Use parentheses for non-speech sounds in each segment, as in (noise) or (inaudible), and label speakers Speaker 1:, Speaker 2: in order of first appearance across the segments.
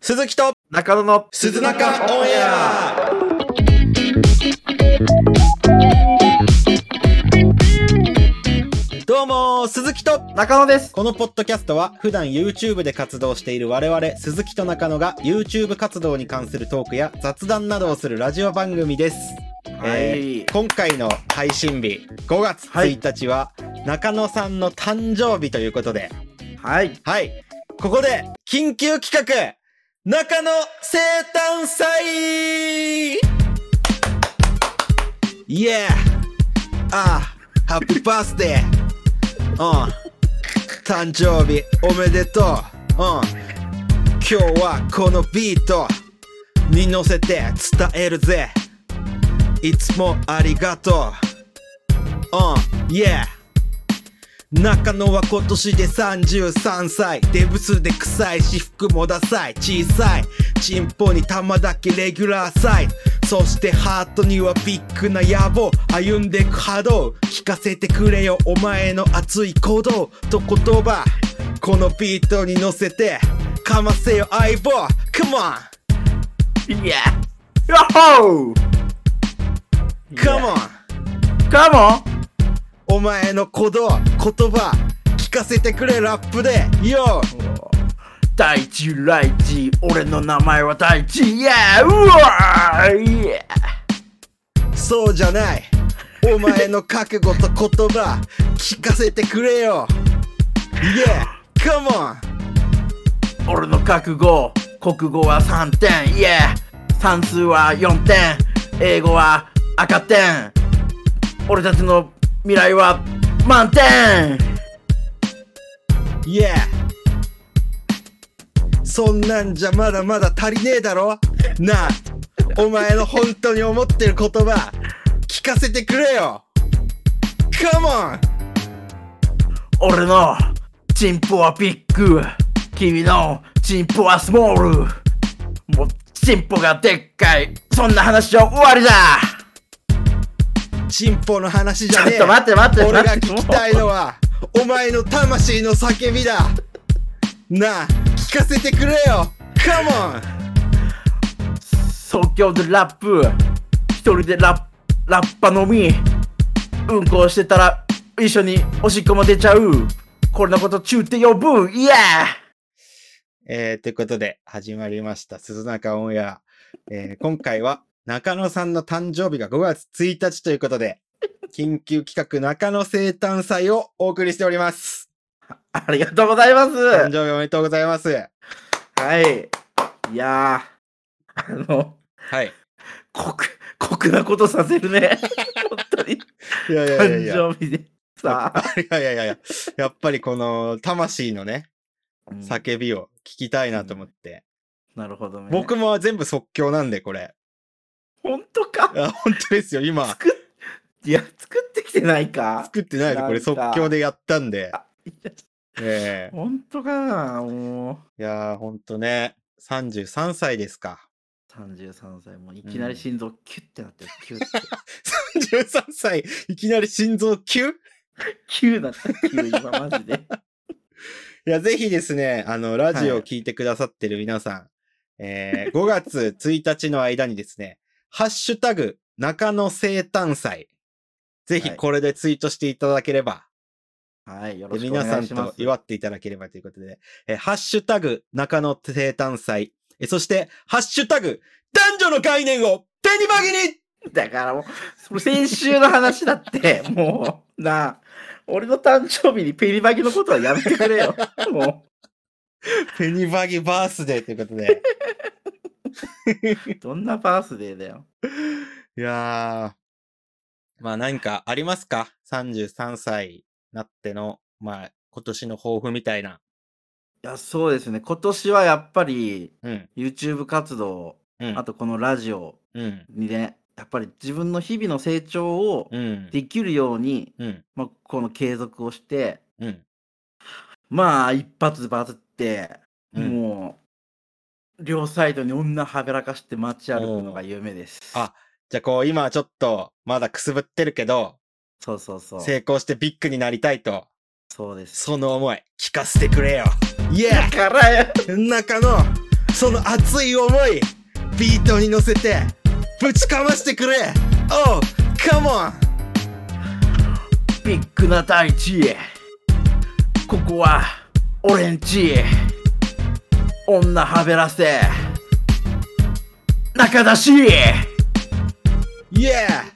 Speaker 1: 鈴木と
Speaker 2: 中野の
Speaker 1: 鈴中オンエアどうも鈴木と
Speaker 2: 中野です。
Speaker 1: このポッドキャストは普段 YouTube で活動している我々鈴木と中野が YouTube 活動に関するトークや雑談などをするラジオ番組です、
Speaker 2: はい
Speaker 1: ー今回の配信日5月1日は中野さんの誕生日ということで
Speaker 2: はい。
Speaker 1: はい。ここで、緊急企画、中野生誕祭イエーああ、ハッピーバースデーうん。誕生日おめでとううん。今日はこのビートに乗せて伝えるぜいつもありがとううん、イエー中野は今年で33歳デブスで臭い私服もダサい小さいチンポに玉だけレギュラーサイズそしてハートにはビッグな野望歩んでく波動聞かせてくれよお前の熱い行動と言葉このビートに乗せてかませよ相棒 Come on!
Speaker 2: いや。ヨッホー
Speaker 1: Come on!
Speaker 2: カモン
Speaker 1: お前の鼓動言葉聞かせてくれラップで YO!
Speaker 2: 第一ライジ俺の名前は第一イエーうわーイエ
Speaker 1: そうじゃないお前の覚悟と言葉聞かせてくれよ Yeah! Come on!
Speaker 2: ー俺の覚悟国語は3点イエー算数は4点英語は赤点俺たちの未来は満点
Speaker 1: Yeah! そんなんじゃまだまだ足りねえだろなあお前の本当に思ってる言葉聞かせてくれよ Come on!
Speaker 2: 俺のチンポはビッグ君のチンポはスモールもうチンポがでっかいそんな話は終わりだ
Speaker 1: チンポの話じ
Speaker 2: ちょ
Speaker 1: ゃ
Speaker 2: っ
Speaker 1: ねえ
Speaker 2: と待って待って
Speaker 1: 俺が
Speaker 2: 待
Speaker 1: 聞
Speaker 2: って
Speaker 1: きたいのはお前の魂の叫びだなあ聞かせてくれよ Come on!
Speaker 2: 即興でラップ一人でラッラッパ飲みうんこをしてたら一緒におしっこも出ちゃうこれのことチューって呼ぶイエー
Speaker 1: えー、ということで始まりました、鈴中オンエア。えー今回は中野さんの誕生日が5月1日ということで、緊急企画中野生誕祭をお送りしております。
Speaker 2: ありがとうございます
Speaker 1: 誕生日おめでとうございます。
Speaker 2: はいいやーあの
Speaker 1: はい。
Speaker 2: 酷酷なことさせるね (laughs) 本当に
Speaker 1: いやいやいやい
Speaker 2: 誕
Speaker 1: や。
Speaker 2: 生日でさ (laughs) あ
Speaker 1: いやいやいやいや、やっぱりこの魂のね、叫びを聞きたいなと思って。
Speaker 2: なるほどね
Speaker 1: 僕も全部即興なんで、これ。
Speaker 2: 本当か
Speaker 1: あ本当ですよ、今。
Speaker 2: 作っいや作ってきてないか
Speaker 1: 作ってないで、これ
Speaker 2: なん
Speaker 1: 即
Speaker 2: か
Speaker 1: 興でやったんで。
Speaker 2: いや
Speaker 1: ええ
Speaker 2: 本当かなもう
Speaker 1: いやー、ほんとね、33歳ですか。 (laughs)
Speaker 2: 33歳もういきなり心臓キュッてなって (laughs) る、キュッて
Speaker 1: 13歳、いきなり心臓急い
Speaker 2: 急なった急今マジで
Speaker 1: や、ぜひですね、あの、ラジオを聞いてくださってる皆さん、えー、5月1日の間にですね、ハッシュタグ、中野生誕祭。ぜひ
Speaker 2: はい
Speaker 1: これでツイートしていただければ、
Speaker 2: はいよ
Speaker 1: で
Speaker 2: ろしくお
Speaker 1: 皆さ
Speaker 2: 願い
Speaker 1: ん
Speaker 2: しま
Speaker 1: と
Speaker 2: す
Speaker 1: 祝っていただければということで、えーハッシュタグ、中野生誕祭。えそして、ハッシュタグ、男女の概念を手に紛に
Speaker 2: だからもうその先週の話だってもうなあ俺の誕生日にペリバギのことはやめてくれよも
Speaker 1: ペニバギバースデーということで。
Speaker 2: うどんなバースデーだよ
Speaker 1: いやー。まあ何かありますか ?33 歳になっての、まあ今年の抱負みたいな。
Speaker 2: いやそうですね今年はやっぱり
Speaker 1: うん。
Speaker 2: YouTube 活動、
Speaker 1: うん。
Speaker 2: あとこのラジオ
Speaker 1: うん。
Speaker 2: にねやっぱり自分の日々の成長を
Speaker 1: うん。
Speaker 2: できるように、
Speaker 1: うん。
Speaker 2: まあ、この継続をして
Speaker 1: うん。
Speaker 2: まあ一発でバズって、
Speaker 1: うん
Speaker 2: もう両サイドに女はべらかして街歩くのが夢です
Speaker 1: あじゃあこう今はちょっとまだくすぶってるけど、
Speaker 2: そうそうそう
Speaker 1: 成功してビッグになりたいと、
Speaker 2: そうです
Speaker 1: その思い聞かせてくれよ。イ
Speaker 2: だ
Speaker 1: エ
Speaker 2: からよ
Speaker 1: ー中野その熱い思いビートに乗せてぶちかましてくれ Oh come on
Speaker 2: ビッグな大地へここは俺んちへ女はべらせ仲出し
Speaker 1: Yeah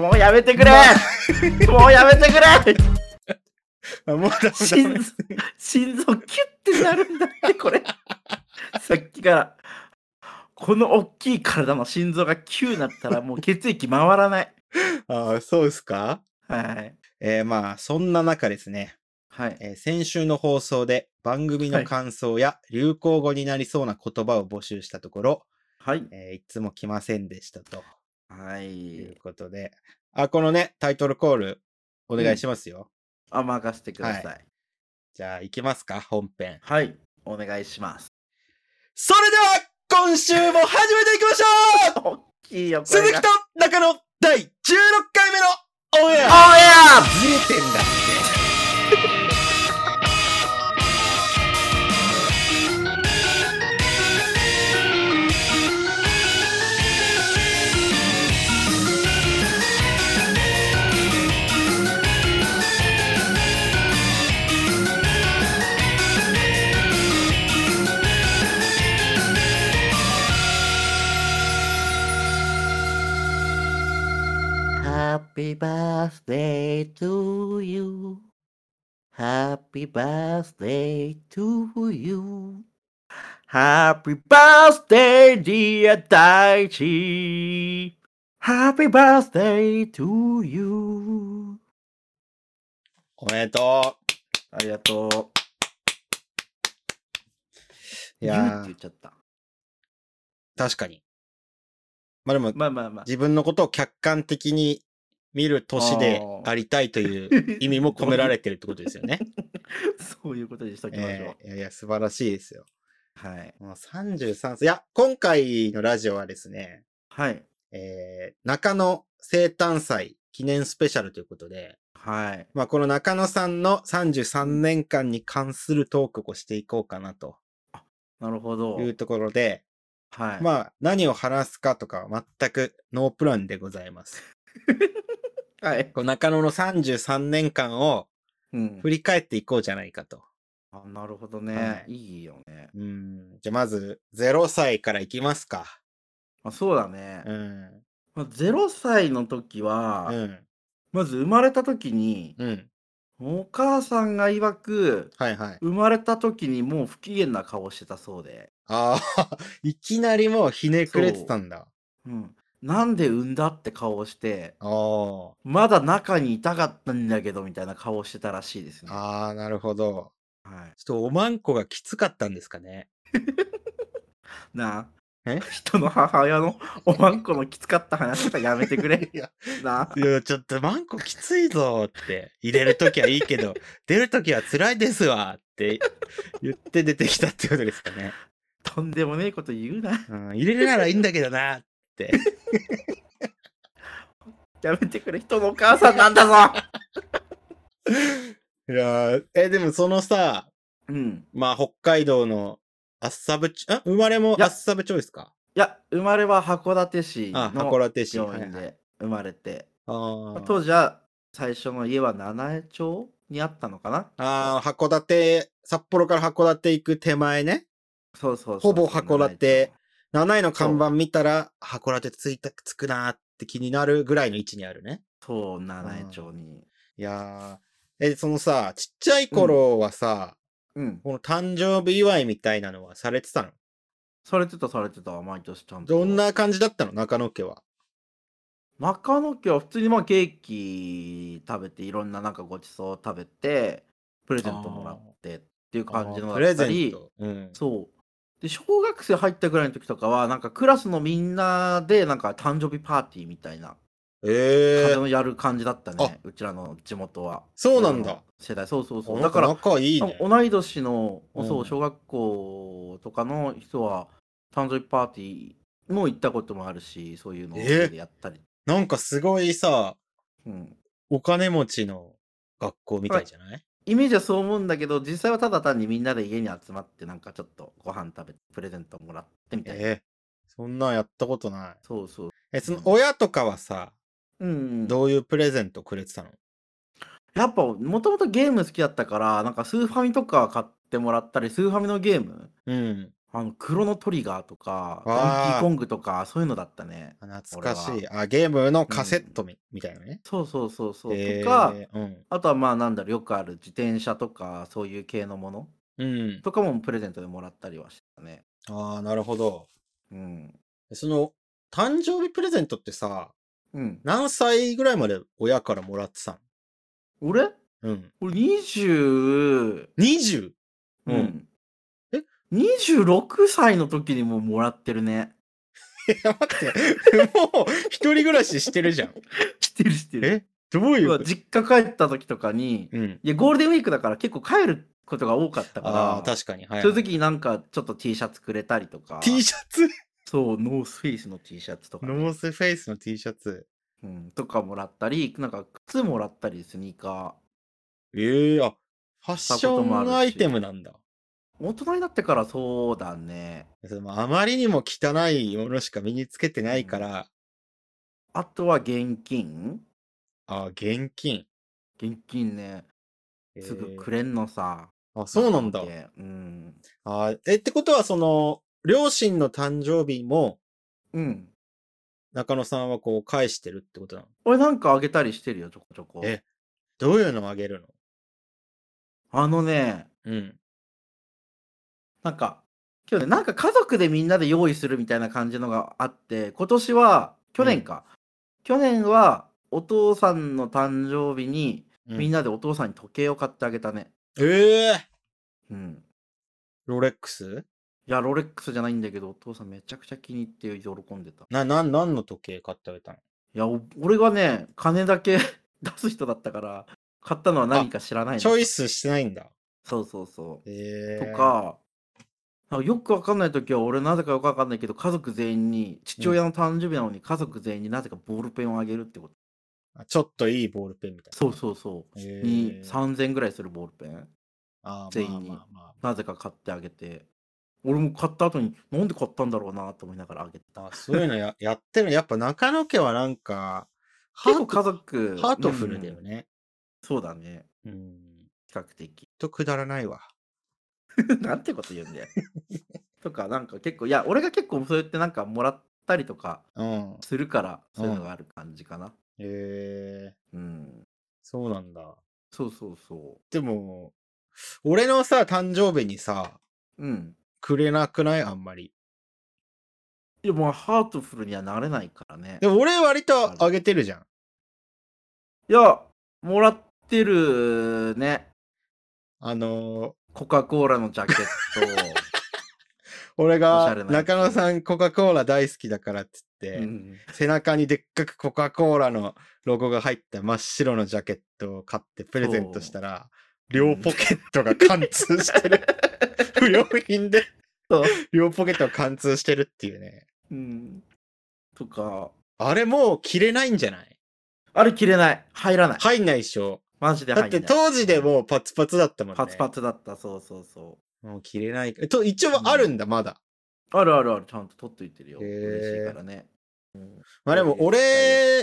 Speaker 2: もうやめてくれもうやめてくれ
Speaker 1: あもう
Speaker 2: (laughs)
Speaker 1: ダメだ
Speaker 2: 心臓心臓キュッてなるんだってこれさっきからこの大きい体の心臓が9になったらもう血液回らない
Speaker 1: あそうですか
Speaker 2: はい
Speaker 1: えー、まあそんな中ですね
Speaker 2: はい
Speaker 1: えー先週の放送で番組
Speaker 2: は
Speaker 1: の
Speaker 2: い
Speaker 1: 感想や流行語になりそうな言葉を募集したところ、
Speaker 2: はい
Speaker 1: えーいつも来ませんでしたと
Speaker 2: はい
Speaker 1: いうことで、あ、このね、タイトルコールお願いしますよ。
Speaker 2: あ任せてください
Speaker 1: はじゃあ、行きますか、本編。
Speaker 2: はい、お願いします
Speaker 1: それでは、今週も始めていきましょう
Speaker 2: 大きいよこれ
Speaker 1: 鈴
Speaker 2: が
Speaker 1: 木と中野第16回目のオンエア
Speaker 2: あ
Speaker 1: ずれてんだって。
Speaker 2: Happy birthday to you Happy birthday to you Happy birthday dear 大地 Happy birthday to you
Speaker 1: おめでと
Speaker 2: ありがとう
Speaker 1: う。い
Speaker 2: い
Speaker 1: や
Speaker 2: っ
Speaker 1: ー
Speaker 2: て言っ、ちゃった
Speaker 1: 確かに。まあでも、
Speaker 2: まあまあまあ
Speaker 1: 自分のことを客観的に見る年でありたいと
Speaker 2: (laughs)
Speaker 1: いう意味も込められてるってことですよね。
Speaker 2: そういうことにしときましょう、
Speaker 1: えーいやいや、素晴らしいですよ。
Speaker 2: はい
Speaker 1: もう33歳。いや、今回のラジオはですね、
Speaker 2: はい
Speaker 1: えー中野生誕祭記念スペシャルということで、
Speaker 2: はい
Speaker 1: まあ、この中野さんの33年間に関するトークをしていこうかなと
Speaker 2: なるほど
Speaker 1: いうところで、
Speaker 2: はい
Speaker 1: まあ、何を話すかとかは全くノープランでございます。
Speaker 2: はい
Speaker 1: こう中野の33年間を
Speaker 2: うん
Speaker 1: 振り返っていこうじゃないかと。
Speaker 2: あなるほどね、
Speaker 1: はい
Speaker 2: い、いよね、
Speaker 1: うん。じゃあまず、0歳からいきますか。
Speaker 2: まあ、そうだね、
Speaker 1: うん。
Speaker 2: まあ、0歳の時は、
Speaker 1: うん。
Speaker 2: まず生まれた時に、
Speaker 1: うん。
Speaker 2: お母さんが曰く
Speaker 1: はいはい。
Speaker 2: 生まれた時にもう不機嫌な顔してたそうで、
Speaker 1: ああ、 (laughs) いきなりもうひねくれてたんだ。
Speaker 2: うん、なんで産んだって顔をして
Speaker 1: あー
Speaker 2: まだ中にいたかったんだけどみたいな顔をしてたらしいですね、は
Speaker 1: あー、なるほど。
Speaker 2: い、
Speaker 1: ちょっとおまんこがきつかったんですかね。
Speaker 2: なあ
Speaker 1: え
Speaker 2: 人の母親のおまんこのきつかった話とかやめてくれ
Speaker 1: いや、
Speaker 2: ない
Speaker 1: やちょっとまんこきついぞーって。入れるときはいいけど、 (laughs) 出るときは辛いですわーって言って出てきたってことですかね。
Speaker 2: とんでもねえこと言うな
Speaker 1: うん、入れるならいいんだけどなーって。
Speaker 2: やめてくれ人のお母さんなんだぞ
Speaker 1: いやーえ、でもそのさ、
Speaker 2: うん
Speaker 1: まあ、北海道のアッサブチ、あ生まれも
Speaker 2: いや
Speaker 1: アッサブ町ですか
Speaker 2: いや、生まれは函館市
Speaker 1: あ、
Speaker 2: の
Speaker 1: 函館市。
Speaker 2: 病
Speaker 1: はい
Speaker 2: 院
Speaker 1: はい
Speaker 2: で生まれて、
Speaker 1: あ
Speaker 2: まあ
Speaker 1: ー
Speaker 2: 当時は最初の家は七重町にあったのかな
Speaker 1: あー、函館、札幌から函館行く手前ね。
Speaker 2: そうそうそ
Speaker 1: ほ
Speaker 2: う
Speaker 1: ぼ函館。7位の看板
Speaker 2: そ
Speaker 1: 見たら、函館ついた、つくなーって気になるぐらいの位置にあるね。
Speaker 2: そう、七重町に。
Speaker 1: いやーえ、そのさ、ちっちゃい頃はさ、
Speaker 2: うん。
Speaker 1: この誕生日祝いみたいなのはされてたの
Speaker 2: されてた、されてた、毎年ちゃんと。
Speaker 1: どんな感じだったの中野家は。
Speaker 2: 中野家は普通にまあケーキ食べて、いろんななんかごちそう食べて、プレゼントもらってっていう感じ
Speaker 1: あ
Speaker 2: のだ
Speaker 1: ー
Speaker 2: っ
Speaker 1: プレ
Speaker 2: た
Speaker 1: ゼン
Speaker 2: り、
Speaker 1: ト。うん。
Speaker 2: そう。で、小学生入ったぐらいの時とかは、なんかクラスのみんなで、なんか誕生日パーティーみたいな。
Speaker 1: ええ
Speaker 2: 風のやる感じだったね、うちらの地元は。
Speaker 1: そうなんだ
Speaker 2: 俺らの世代、そうそうそう。
Speaker 1: ー。
Speaker 2: だ
Speaker 1: だ
Speaker 2: か、
Speaker 1: からら仲いいね。
Speaker 2: 同い年の、そうう、
Speaker 1: ん
Speaker 2: 小学校とかの人は、誕生日パーティーも行ったこともあるし、そういうのを
Speaker 1: え
Speaker 2: 家でやったり。
Speaker 1: なんかすごいさ、
Speaker 2: うん、
Speaker 1: お金持ちの学校みたいじゃない、
Speaker 2: イメージはそう思うんだけど実際はただ単にみんなで家に集まってなんかちょっとご飯食べてプレゼントもらってみたいな、
Speaker 1: えーそんなんやったことない。
Speaker 2: そうそう
Speaker 1: え、その親とかはさ、
Speaker 2: うん
Speaker 1: どういうプレゼントくれてたの
Speaker 2: やっぱもともとゲーム好きだったからなんかスーファミとか買ってもらったりスーファミのゲーム
Speaker 1: うん。
Speaker 2: あのクロノトリガーとかドンキ
Speaker 1: あー
Speaker 2: ーコングとかそういうのだったね
Speaker 1: あ懐かしい。あ、ゲームのカセットみ,、たいなね。
Speaker 2: そうそうそうそう、
Speaker 1: えー
Speaker 2: とか
Speaker 1: うん。
Speaker 2: あとはまあなんだろうよくある自転車とかそういう系のもの
Speaker 1: うん。
Speaker 2: とかもプレゼントでもらったりはしたね
Speaker 1: ああ、なるほど。
Speaker 2: うん
Speaker 1: その、誕生日プレゼントってさ、
Speaker 2: うん
Speaker 1: 何歳ぐらいまで親からもらってた
Speaker 2: 俺
Speaker 1: のうん。
Speaker 2: 俺20
Speaker 1: 20?
Speaker 2: う
Speaker 1: うんえ
Speaker 2: 26歳の時にもうもらってるね。 (laughs)
Speaker 1: いや、待って。もう、一人暮らししてるじ
Speaker 2: (laughs)
Speaker 1: ゃん。
Speaker 2: してるしてる。
Speaker 1: えどういう
Speaker 2: 要
Speaker 1: こ
Speaker 2: は
Speaker 1: と
Speaker 2: 実家帰った時とかに、
Speaker 1: うん。
Speaker 2: いや、ゴールデンウィークだから結構帰ることが多かったから、
Speaker 1: ああ、確かに。はい、
Speaker 2: そういう時になんかちょっと T シャツくれたりとか、
Speaker 1: T シャツ
Speaker 2: そう、ノースフェイスの T シャツとかね、
Speaker 1: ノースフェイスの T シャツ。
Speaker 2: うん、とかもらったり、なんか靴もらったり、スニーカ
Speaker 1: ええあ、ファッションアイテムなんだ。
Speaker 2: ー。大人になってからそうだね。
Speaker 1: そのあまりにも汚いものしか身につけてないから、
Speaker 2: あとは現金
Speaker 1: あ、現金。
Speaker 2: 現金ね、すぐくれんのさ。
Speaker 1: えーあ、そうなんだ。
Speaker 2: でうん。
Speaker 1: あーえ、ってことは、その、両親の誕生日も、
Speaker 2: うん。
Speaker 1: 中野さんはこう返してるってことなの
Speaker 2: 俺なんかあげたりしてるよ、ちょこちょこ。
Speaker 1: えどういうのあげるの
Speaker 2: あのね、
Speaker 1: うん。
Speaker 2: なんか、今日ね、なんか家族でみんなで用意するみたいな感じのがあって、今年は、去年か。去年は、お父さんの誕生日に、
Speaker 1: うん
Speaker 2: みんなでお父さんに時計を買ってあげたね。
Speaker 1: ええ
Speaker 2: うん。
Speaker 1: ロレックス
Speaker 2: いや、ロレックスじゃないんだけど、お父さんめちゃくちゃ気に入って喜んでた。い
Speaker 1: な、な、何の時計買ってあげたの
Speaker 2: や、お俺がね、金だけ (laughs) 出す人だったから、買ったのは何か知らないの
Speaker 1: チョイスしてないんだ。
Speaker 2: そうそうそう。
Speaker 1: ええ
Speaker 2: と、か、なんかよくわかんない時は俺なぜかよくわかんないけど家族全員に父親の誕生日なのに家族全員になぜかボールペンをあげるってこと、
Speaker 1: あちょっといいボールペンみたいな。
Speaker 2: そうそうそう、
Speaker 1: へー
Speaker 2: に3000ぐらいするボールペン
Speaker 1: あー
Speaker 2: 全員に
Speaker 1: まあまあ
Speaker 2: なぜか買ってあげて俺も買った後になんで買ったんだろうなと思いながらあげて
Speaker 1: まあ
Speaker 2: た
Speaker 1: あそういうのや (laughs) やってるのやっぱ中野家はなんか、ハ
Speaker 2: 結構
Speaker 1: ー
Speaker 2: 家
Speaker 1: ト
Speaker 2: 族
Speaker 1: ハートフルだよ
Speaker 2: うん
Speaker 1: ね。
Speaker 2: そうだね
Speaker 1: うん。
Speaker 2: 比較的
Speaker 1: とくだらないわ。
Speaker 2: なんてこと言うんだよ (laughs) とかなんか結構いや俺が結構そうやってなんかもらったりとか
Speaker 1: うん。
Speaker 2: するからそういうのがある感じかな
Speaker 1: へえ
Speaker 2: うん、
Speaker 1: そうなんだ。
Speaker 2: そうそうそ
Speaker 1: でも、俺のさ、誕生日にさ、
Speaker 2: ううん
Speaker 1: くれなくないあんまり。
Speaker 2: いや、まあ、ハートフルにはなれないからね。
Speaker 1: でも俺割とあげてるじゃん。
Speaker 2: いや、もらってるね。
Speaker 1: あの
Speaker 2: コカ・コーラのジャケット。
Speaker 1: ー俺
Speaker 2: おしゃ
Speaker 1: が
Speaker 2: れなやつ
Speaker 1: 中野さんコカ・コーラ大好きだからっつ (laughs) って、
Speaker 2: うん
Speaker 1: 背中にでっかくコカ・コーラのロゴが入った真っ白のジャケットを買ってプレゼントしたら、両ポケットが貫通して
Speaker 2: (laughs)
Speaker 1: る。不良品で
Speaker 2: そう、
Speaker 1: 両ポケットが貫通してるっていうね。
Speaker 2: うん。とか、
Speaker 1: あれもう着れないんじゃない
Speaker 2: あれ切れない。入らない。
Speaker 1: 入んないでしょ。
Speaker 2: マジで
Speaker 1: だ
Speaker 2: 入ら
Speaker 1: っ
Speaker 2: ない。
Speaker 1: て当時でもうパツパツだったもんね。
Speaker 2: パツパツだった。そうそうそ
Speaker 1: もう着れない。えと、一応あるんだ、まだ。
Speaker 2: う。あるあるある。ちゃんと取っといてるよ。
Speaker 1: へー
Speaker 2: 嬉しいからね。うん。
Speaker 1: まあでも
Speaker 2: えー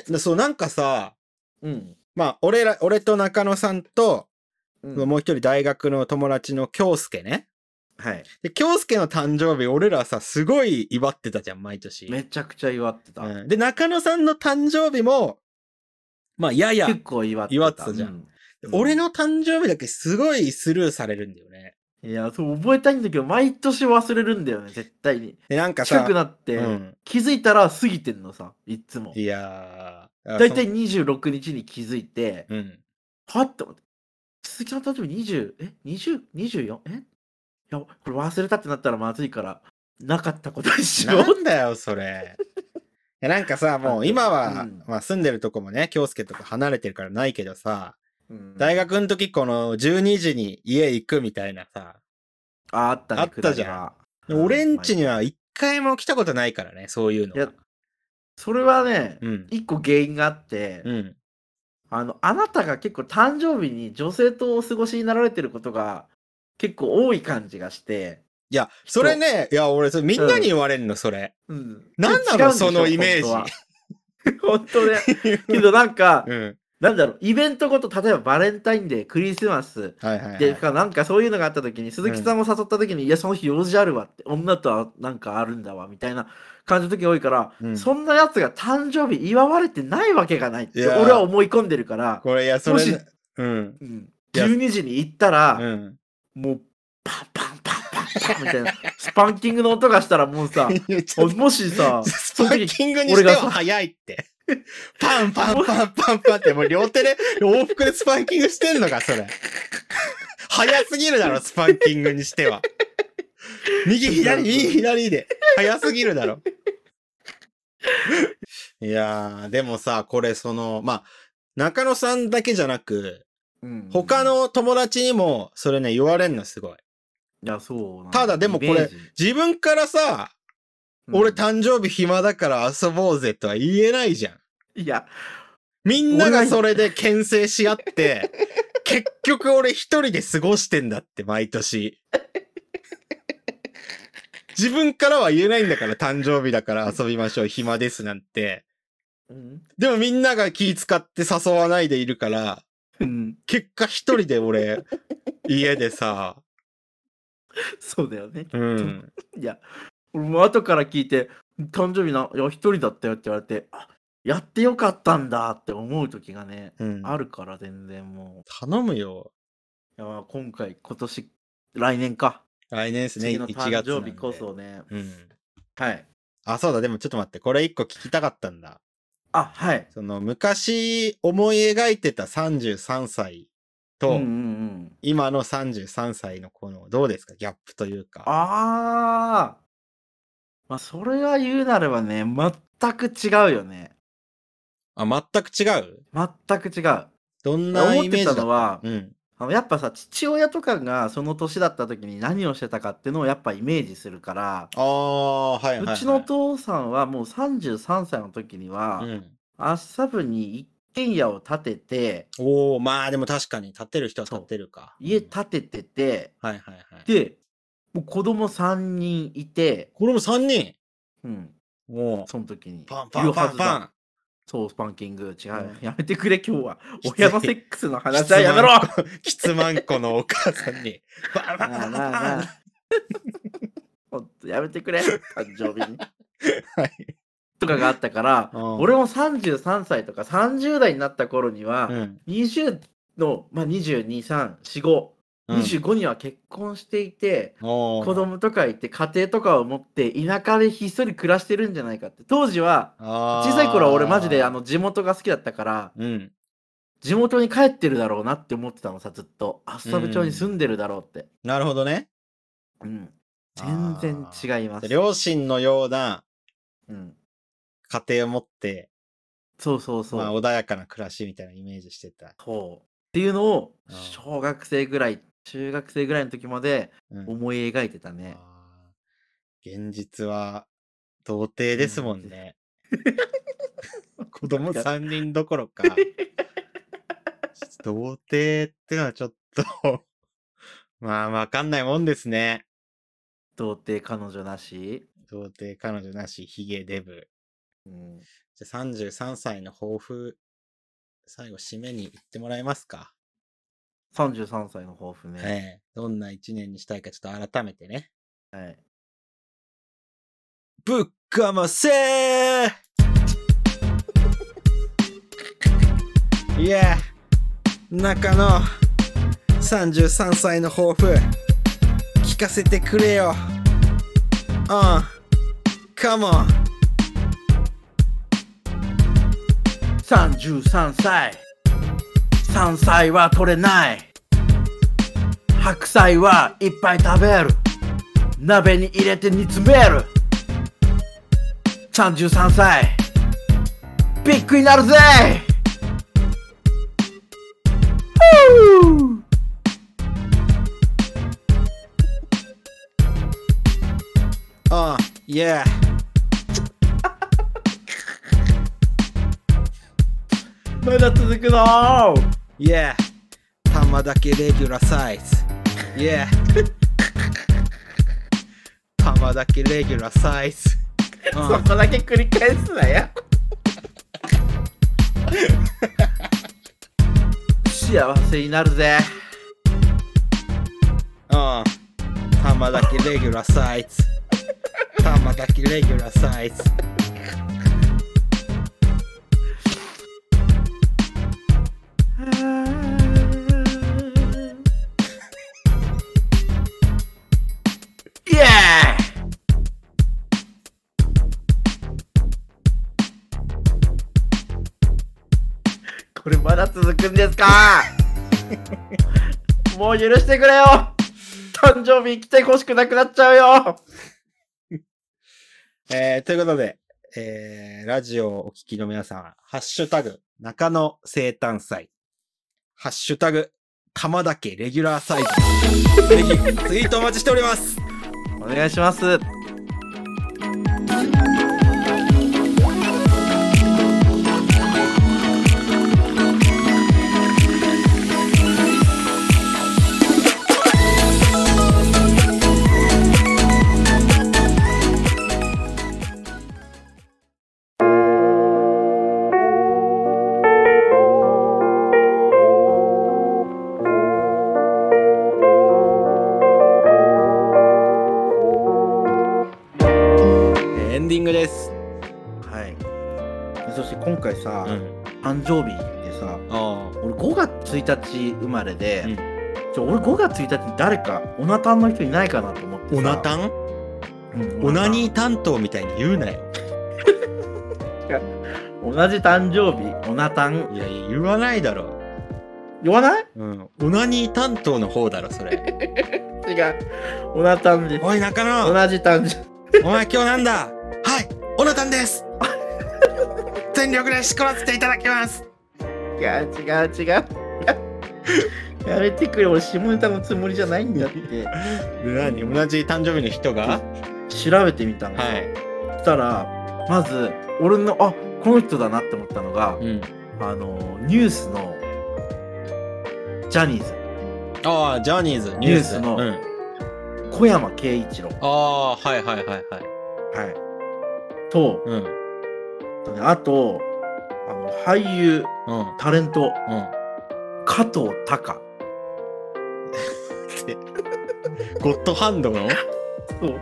Speaker 1: 俺、そうなんかさ、
Speaker 2: うん。
Speaker 1: まあ俺ら、俺と中野さんと、
Speaker 2: うん
Speaker 1: もう一人大学の友達の京介ね。
Speaker 2: はい。
Speaker 1: で、京介の誕生日、俺らさ、すごい祝ってたじゃん、毎年。
Speaker 2: めちゃくちゃ祝ってた。
Speaker 1: うんで、中野さんの誕生日も、まあ、やや、
Speaker 2: 結構祝ってた。
Speaker 1: 祝ってたじゃん
Speaker 2: うん。
Speaker 1: 俺の誕生日だけすごいスルーされるんだよね。
Speaker 2: いや、そう、覚えたいんだけど、毎年忘れるんだよね、絶対に。
Speaker 1: で、なんかさ、
Speaker 2: 近くなって、
Speaker 1: うん、
Speaker 2: 気づいたら過ぎてんのさいつも
Speaker 1: いやー、
Speaker 2: だいたい26日に気づいて、
Speaker 1: そのうん。
Speaker 2: はって思って鈴木さんの誕生日20え2024えいやこれ忘れたってなったらまずいからなかったことにしよ
Speaker 1: な
Speaker 2: (laughs) うん
Speaker 1: だよ、それ。いやなんかさ、もう今は、
Speaker 2: うん
Speaker 1: まあ住んでるとこもね、京介とか離れてるからないけどさ、
Speaker 2: うん
Speaker 1: 大学の時この12時に家行くみたいなさ、
Speaker 2: ああったね
Speaker 1: あったじゃ
Speaker 2: くだりは
Speaker 1: 俺ん
Speaker 2: う
Speaker 1: ちには一回も来たことないからね、そういうの
Speaker 2: いや
Speaker 1: は。
Speaker 2: それはね
Speaker 1: うん。
Speaker 2: 一個原因があって、
Speaker 1: うん。
Speaker 2: あの、あなたが結構誕生日に女性とお過ごしになられてることが結構多い感じがして、
Speaker 1: いや、それね、いや、俺、それみんなに言われるの、そ
Speaker 2: (laughs)
Speaker 1: れ。
Speaker 2: うん。
Speaker 1: なんだろう
Speaker 2: 違でしょ
Speaker 1: そのイメージ。
Speaker 2: 本当は (laughs) 本当ね。けどなんか、
Speaker 1: うん。
Speaker 2: なんだろう、イベントごと、例えばバレンタインデー、クリスマス、
Speaker 1: はいはい、はい
Speaker 2: で、かなんかそういうのがあった時に、鈴木さんも誘った時に、いや、その日用事あるわって、女とはなんかあるんだわ、みたいな感じの時が多いから、
Speaker 1: うん
Speaker 2: そんなやつが誕生日祝われてないわけがないっ
Speaker 1: い
Speaker 2: て、
Speaker 1: やー
Speaker 2: 俺は思い込んでるから、
Speaker 1: これ、いや、そ
Speaker 2: も
Speaker 1: れ、
Speaker 2: し
Speaker 1: うん。
Speaker 2: うん、
Speaker 1: いや
Speaker 2: 12時に行ったら、
Speaker 1: うん。
Speaker 2: もう、パンパンパンパンパンみたいな、スパンキングの音がしたらもう
Speaker 1: (laughs)
Speaker 2: (laughs) さ、
Speaker 1: いやちょっと、
Speaker 2: もしさ
Speaker 1: スパッキングにしては早いって。パンパンパンパンパンって、もう両手で往復でスパンキングしてんのか、それ。早すぎるだろ、スパンキングにしては。右左、右左で。早すぎるだろ。いやー、でもさ、これその、まあ、中野さんだけじゃなく、
Speaker 2: うん
Speaker 1: 他、の友達にも、それね、言われんの、すごい。
Speaker 2: いや、そうなん
Speaker 1: ただでもこれ
Speaker 2: イメージ
Speaker 1: 自分からさ、俺
Speaker 2: うん
Speaker 1: 誕生日暇だから遊ぼうぜとは言えないじゃん。
Speaker 2: いや、
Speaker 1: みんながそれで牽制し合
Speaker 2: (laughs)
Speaker 1: って、結局俺一人で過ごしてんだって、毎
Speaker 2: (laughs)
Speaker 1: 年。自分からは言えないんだから、誕生日だから遊びましょう、暇ですなんて。
Speaker 2: うん
Speaker 1: でもみんなが気使って誘わないでいるから、
Speaker 2: うん、
Speaker 1: 結果一人で
Speaker 2: (laughs)
Speaker 1: 俺、家でさ、
Speaker 2: そうだよね。
Speaker 1: うん。
Speaker 2: いや、俺も後から聞いて、誕生日な、いや、一人だったよって言われて、あやってよかったんだって思う時がね、
Speaker 1: うん、
Speaker 2: あるから全然も
Speaker 1: 頼むよ。
Speaker 2: う。いや、まあ今回、今年、来年か。
Speaker 1: 来年ですね、
Speaker 2: 次の
Speaker 1: 1月な
Speaker 2: 誕
Speaker 1: んで。
Speaker 2: 生日こそね。
Speaker 1: うん。
Speaker 2: はい。
Speaker 1: あ、そうだ、でもちょっと待って、これ一個聞きたかったんだ。
Speaker 2: あ、はい。
Speaker 1: その昔思い描いてた33歳と、
Speaker 2: うんうんうん。
Speaker 1: 今の33歳のこのどうですかギャップというか。
Speaker 2: あー。まあ、それは言うなればね、全く違うよね。
Speaker 1: あ、全く違う
Speaker 2: 全く違う。
Speaker 1: どんな
Speaker 2: 思
Speaker 1: イメ
Speaker 2: っ
Speaker 1: ー
Speaker 2: て
Speaker 1: ジだっ
Speaker 2: た
Speaker 1: た
Speaker 2: のは、
Speaker 1: うん。
Speaker 2: あのやっぱさ父親とかがその年だった時に何をしてたかっていうのをやっぱイメージするから、
Speaker 1: ああ、はいはい、はいう
Speaker 2: ちのお父さんはもう33歳の時には、
Speaker 1: うん、
Speaker 2: アッサブに一軒家を建てて
Speaker 1: おおまあでも確かに立てる人は立てるか。
Speaker 2: 家
Speaker 1: うん
Speaker 2: 建ててて、
Speaker 1: はいはいはい。
Speaker 2: でもう子供3人いて、
Speaker 1: これも3人
Speaker 2: うん、
Speaker 1: もう、
Speaker 2: その時に
Speaker 1: パンパンパンパン。
Speaker 2: そうスパンキング違う、
Speaker 1: うん
Speaker 2: やめてくれ今
Speaker 1: (laughs)
Speaker 2: 日は
Speaker 1: きつい
Speaker 2: 親のセックスの話はやめろ
Speaker 1: きつまんこきつまんこ (laughs) のお母さ
Speaker 2: (laughs)
Speaker 1: んに。パンパン
Speaker 2: な
Speaker 1: パ
Speaker 2: あ
Speaker 1: ン
Speaker 2: なあ
Speaker 1: パ
Speaker 2: な
Speaker 1: ン
Speaker 2: あ (laughs) ほんとやめてくれ誕生日に。
Speaker 1: (laughs) はい
Speaker 2: とかがあったから、
Speaker 1: うん
Speaker 2: 俺も33歳とか30代になった頃には、
Speaker 1: うん
Speaker 2: 20の、まあ、223425、
Speaker 1: うん
Speaker 2: 25には結婚していて、
Speaker 1: おー
Speaker 2: 子供とかいて家庭とかを持って田舎でひっそり暮らしてるんじゃないかって当時は
Speaker 1: あー
Speaker 2: 小さい頃は俺マジであの地元が好きだったから
Speaker 1: うん。
Speaker 2: 地元に帰ってるだろうなって思ってたのさずっと厚沢部町に住んでるだろうって、
Speaker 1: なるほどね。
Speaker 2: うん、全然違います、
Speaker 1: 両親のような
Speaker 2: うん、
Speaker 1: 家庭を持って、
Speaker 2: そうそうそう、
Speaker 1: まあ、穏やかな暮らしみたいなイメージしてた。
Speaker 2: そう。っていうのを
Speaker 1: うん
Speaker 2: 小学生ぐらい、中学生ぐらいの時まで
Speaker 1: うん
Speaker 2: 思い描いてたね。
Speaker 1: あー現実は童貞ですもん
Speaker 2: (laughs)
Speaker 1: ね。子供3人どころか、童貞ってのはちょっと、 (laughs) まあわかんないもんですね。
Speaker 2: 童貞彼女なし。
Speaker 1: 童貞彼女なし、ヒゲデブ。
Speaker 2: うん、
Speaker 1: じゃあ33歳の抱負、最後締めに言ってもらえますか。
Speaker 2: 33歳の抱負ね。
Speaker 1: ええどんな一年にしたいかちょっと改めてね。
Speaker 2: はい。
Speaker 1: ぶっかませーいや、中野、33歳の抱負、聞かせてくれよ。うん、カモン。
Speaker 2: 33歳。山菜は取れない。白菜はいっぱい食べる。鍋に入れて煮詰める。33歳。ビッグになるぜふう
Speaker 1: うん、イエー。
Speaker 2: まだ続くの
Speaker 1: Yeah 玉だけレギュラーサイズ Yeah 玉だけレギュラーサイズ
Speaker 2: そこだけ繰り返すなよ (laughs) 幸せになるぜ
Speaker 1: うん玉だけレギュラーサイズ玉だけレギュラーサイズ
Speaker 2: イエーイ (laughs) これまだ続くんですか (laughs) もう許してくれよ誕生日来てほしくなくなっちゃうよ
Speaker 1: えー、ということで、えー、ラジオをお聞きの皆さん、ハッシュタグ、中野生誕祭、ハッシュタグ、玉だけレギュラーサイズ、ぜひツイートお待ちしております。
Speaker 2: お願いします
Speaker 1: エンディングです。
Speaker 2: はいそして今回さ、
Speaker 1: うん。
Speaker 2: 誕生日でさ
Speaker 1: あ
Speaker 2: 俺5月1日生まれで、
Speaker 1: うん
Speaker 2: ちょ俺5月1日誰かオナタンの人いないかなと思ってさ
Speaker 1: オナタン
Speaker 2: うん
Speaker 1: オナニー担当みたいに言うなよ。
Speaker 2: 同じ誕生日オナタン
Speaker 1: いやいや、言わないだろ。
Speaker 2: 言わない
Speaker 1: うん。オナニー担当の方だろ、それ。
Speaker 2: 違うオナタンです
Speaker 1: おい、中
Speaker 2: 同
Speaker 1: 野
Speaker 2: じ誕生
Speaker 1: お前今日なんだはい、オナタンです全力でしこらせていただきます
Speaker 2: 日違う違う (laughs) 違うやめてくれ俺下ネタのつもりじゃないんだって
Speaker 1: 何同じ誕生日の人が
Speaker 2: 調べてみたの、
Speaker 1: はい。
Speaker 2: そしたらまず俺のあこの人だなって思ったのが、
Speaker 1: うん。
Speaker 2: あのニュースのジャニーズ
Speaker 1: ああ、ジャニーズ、ニュース
Speaker 2: ニュースの
Speaker 1: うん、
Speaker 2: 小山慶一郎、
Speaker 1: ああ、はいはいはいはい。
Speaker 2: はい、と
Speaker 1: うん。うん。
Speaker 2: あとあの俳優
Speaker 1: うん。
Speaker 2: タレント
Speaker 1: うん。
Speaker 2: 加藤隆
Speaker 1: ゴッドハンドの
Speaker 2: そう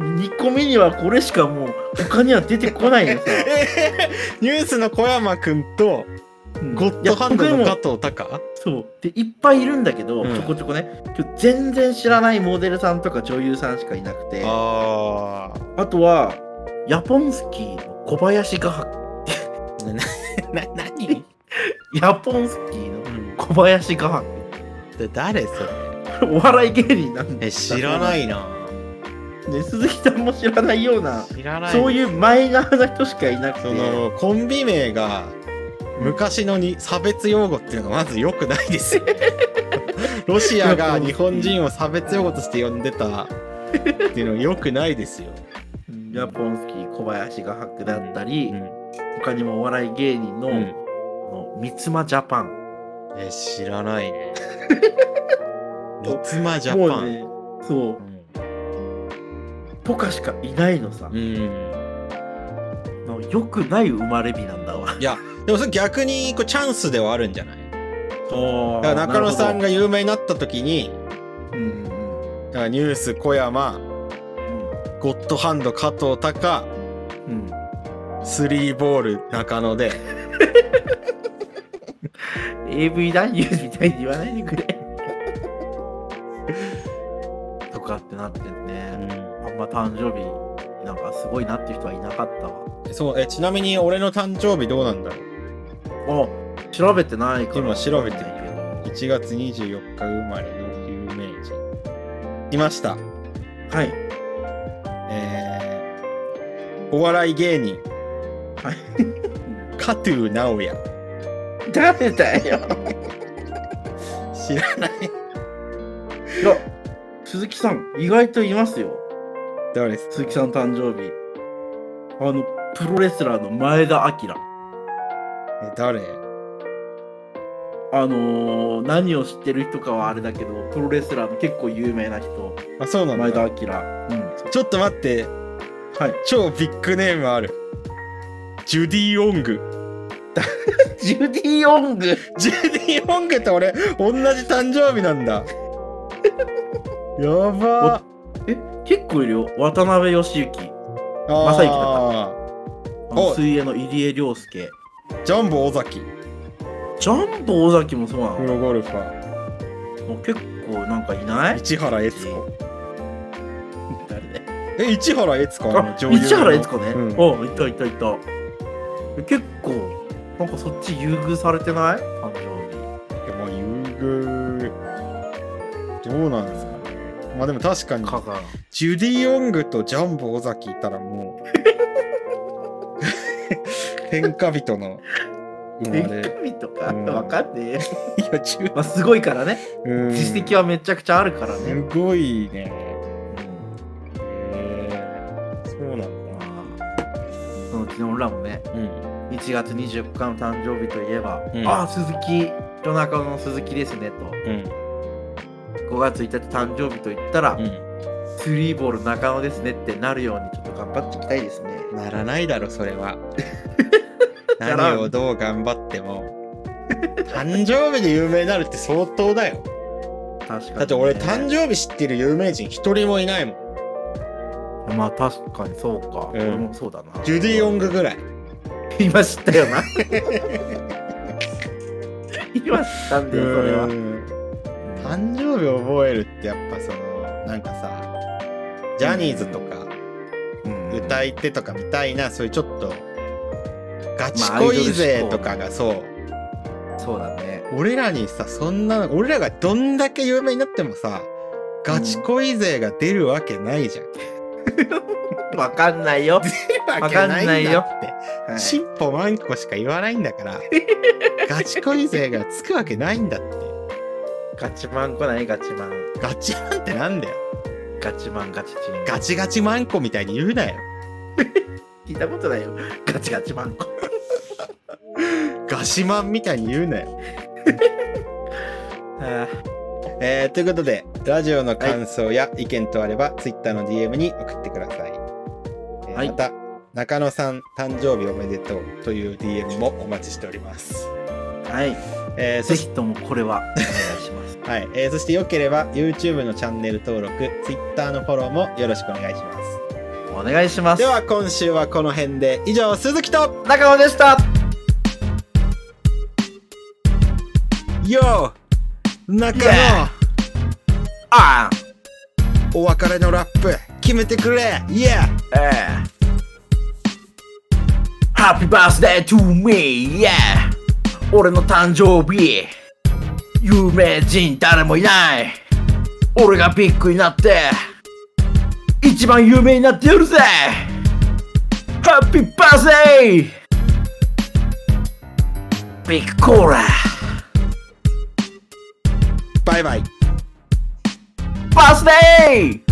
Speaker 2: 2個目にはこれしかもう他には出てこないん
Speaker 1: (laughs)
Speaker 2: ですよ
Speaker 1: ニュースの小山くんと、
Speaker 2: うん
Speaker 1: ゴッドハン
Speaker 2: い
Speaker 1: ド
Speaker 2: や他
Speaker 1: の
Speaker 2: に
Speaker 1: 加
Speaker 2: も
Speaker 1: 藤隆
Speaker 2: そうでいっぱいいるんだけど、
Speaker 1: うん
Speaker 2: ちょこちょこね今日全然知らないモデルさんとか女優さんしかいなくてあ
Speaker 1: ああ。
Speaker 2: とはヤポンスキーの小林画伯
Speaker 1: な、な、なに
Speaker 2: ヤポンスキーの
Speaker 1: うん。
Speaker 2: 小林画伯 (laughs)
Speaker 1: で誰それ
Speaker 2: お笑い芸人なんで
Speaker 1: え、知らないな。
Speaker 2: ね鈴木さんも知らないような
Speaker 1: 知らない。
Speaker 2: そういうマイナーな人しかいなくて
Speaker 1: その、コンビ名が、昔のに差別用語っていうのがまず良くないです
Speaker 2: (laughs)
Speaker 1: よ。ロシアが日本人を差別用語として呼んでたっていうのは良くないですよ。
Speaker 2: うんヤポンスキー小林画伯だったり、
Speaker 1: うん
Speaker 2: 他にもお笑い芸人の,、
Speaker 1: うん
Speaker 2: の三つ間ジャパン
Speaker 1: え知らない
Speaker 2: (laughs)
Speaker 1: ね。三つ間ジャパ
Speaker 2: もう
Speaker 1: ン。
Speaker 2: ねそうとかしかいないのさ
Speaker 1: う、ん、
Speaker 2: のよくない生まれ日なんだわ
Speaker 1: いやでもそれ逆にこうチャンスではあるんじゃない
Speaker 2: お
Speaker 1: だから中野さん
Speaker 2: が、
Speaker 1: が有名になった時に
Speaker 2: うんうん
Speaker 1: だからニュース小山ゴッドハンド加藤隆
Speaker 2: うんうん
Speaker 1: スリーボール中野で
Speaker 2: AV 男優みたいに言わないでくれ (laughs) とかってなってんね、あんま誕生日なんかすごいなって人はいなかったわ
Speaker 1: そうえちなみに俺の誕生日どうなんだろう
Speaker 2: あ調べてないから
Speaker 1: 今調べてる
Speaker 2: わかんないけ
Speaker 1: 1月24日生まれの有名人いました
Speaker 2: どはい
Speaker 1: えー、お笑い芸人 (laughs)
Speaker 2: はい
Speaker 1: 加藤直哉
Speaker 2: 誰だよ
Speaker 1: 知らない
Speaker 2: いや鈴木さん意外といますよ
Speaker 1: 誰です
Speaker 2: 鈴木さん誕生日あのプロレスラーの前田明
Speaker 1: え誰
Speaker 2: あのー何を知ってる人かはあれだけどプロレスラーの結構有名な人
Speaker 1: あそうなん
Speaker 2: 前田
Speaker 1: だ
Speaker 2: 明、うん、
Speaker 1: ちょっと待って
Speaker 2: はい
Speaker 1: 超ビッグネームあるジュディ・オング (laughs)
Speaker 2: ジュディ・オング
Speaker 1: ジュディ・オングと俺同じ誕生日なんだやば
Speaker 2: え結構いるよ渡辺義行
Speaker 1: あ
Speaker 2: 正
Speaker 1: だ
Speaker 2: 行あの
Speaker 1: お
Speaker 2: 水泳の入江亮介
Speaker 1: ジャンボ尾崎
Speaker 2: ジャンボ尾崎もそうなの
Speaker 1: プ、ロゴルファ
Speaker 2: もう結構なんかいな
Speaker 1: ー
Speaker 2: い
Speaker 1: 市原悦子
Speaker 2: 誰ね
Speaker 1: え市原悦子あ
Speaker 2: あ
Speaker 1: の女優の
Speaker 2: 市原悦子ね、
Speaker 1: うん
Speaker 2: おいたいたいたえ結構なんかそっち優遇されてない誕生
Speaker 1: いやまあ優遇どうなんですかねまあでも確かに
Speaker 2: 日かが
Speaker 1: ジュディ・オングとジャンボ尾崎いたらも
Speaker 2: (laughs)
Speaker 1: う天下人の生まれ
Speaker 2: 天下人か
Speaker 1: うん
Speaker 2: わかんねえよ
Speaker 1: いや中
Speaker 2: まあすごいからね
Speaker 1: うん
Speaker 2: 実績はめちゃくちゃあるからね、
Speaker 1: すごいね
Speaker 2: うん
Speaker 1: へーそうなんだ
Speaker 2: まあそのうちの俺らもね
Speaker 1: うん
Speaker 2: 1月24日の誕生日といえば、
Speaker 1: うん
Speaker 2: ああ鈴木夜中の鈴木ですねと
Speaker 1: うん
Speaker 2: 5月1日誕生日と言ったら、スリーボール中野ですねってなるようにちょっと頑張っていきたいですね
Speaker 1: うんならないだろそれは
Speaker 2: (laughs) ならん
Speaker 1: 何をどう頑張っても誕生日で有名になるって相当だよ
Speaker 2: 確かにね、
Speaker 1: だって俺誕生日知ってる有名人一人もいないもん
Speaker 2: まあ確かにそうか、
Speaker 1: うん
Speaker 2: 俺もそうだな
Speaker 1: ジュディ・オングぐらい
Speaker 2: 今知ったよ (laughs) な今知ったんだよそれは、
Speaker 1: うん誕生日を覚えるってやっぱそのなんかさジャニーズとか
Speaker 2: うん
Speaker 1: 歌い手とかみたいなそういうちょっとガチ
Speaker 2: まあアイドル
Speaker 1: 恋
Speaker 2: 志向
Speaker 1: 勢とかがそう
Speaker 2: そうだね
Speaker 1: 俺らにさそんな俺らがどんだけ有名になってもさガチ恋勢が出るわけないじゃん。
Speaker 2: わかんないよ、
Speaker 1: 出るわけないんだって。
Speaker 2: はい
Speaker 1: チンポマンコしか言わないんだから、ガチ恋勢がつくわけないんだって。
Speaker 2: ガチマンコないガチマン
Speaker 1: ガチなんてなんだよ。
Speaker 2: ガチマンガチチン
Speaker 1: ガチガチマンコみたいに言うなよ。
Speaker 2: 聞いたことないよガチガチマンコ
Speaker 1: ガシマンみたいに言うなよ。
Speaker 2: あ
Speaker 1: えーということで、ラジオの感想や意見とあれば、Twitter の DM に送ってください。えー
Speaker 2: はい
Speaker 1: また、中野さん誕生日おめでとうという DM もお待ちしております。
Speaker 2: ーはい
Speaker 1: えーそ
Speaker 2: ぜ
Speaker 1: し
Speaker 2: ひともこれはお願いし (laughs) ます
Speaker 1: はいえーそしてよければ YouTube のチャンネル登録、Twitter のフォローもよろしくお願いしま
Speaker 2: お願いしま
Speaker 1: す。
Speaker 2: す
Speaker 1: では今週はこの辺で、以上、鈴木と
Speaker 2: 中野でした
Speaker 3: YO! 中野、
Speaker 2: Yeah ああ
Speaker 3: お別れのラップ決めてくれ Yeah!
Speaker 2: ええ Happy birthday to me! Yeah! 俺の誕生日有名人誰もいない俺がビッグになって一番有名になってやるぜ Happy birthday! ビッグコーラ
Speaker 1: バイバイ
Speaker 2: バースデー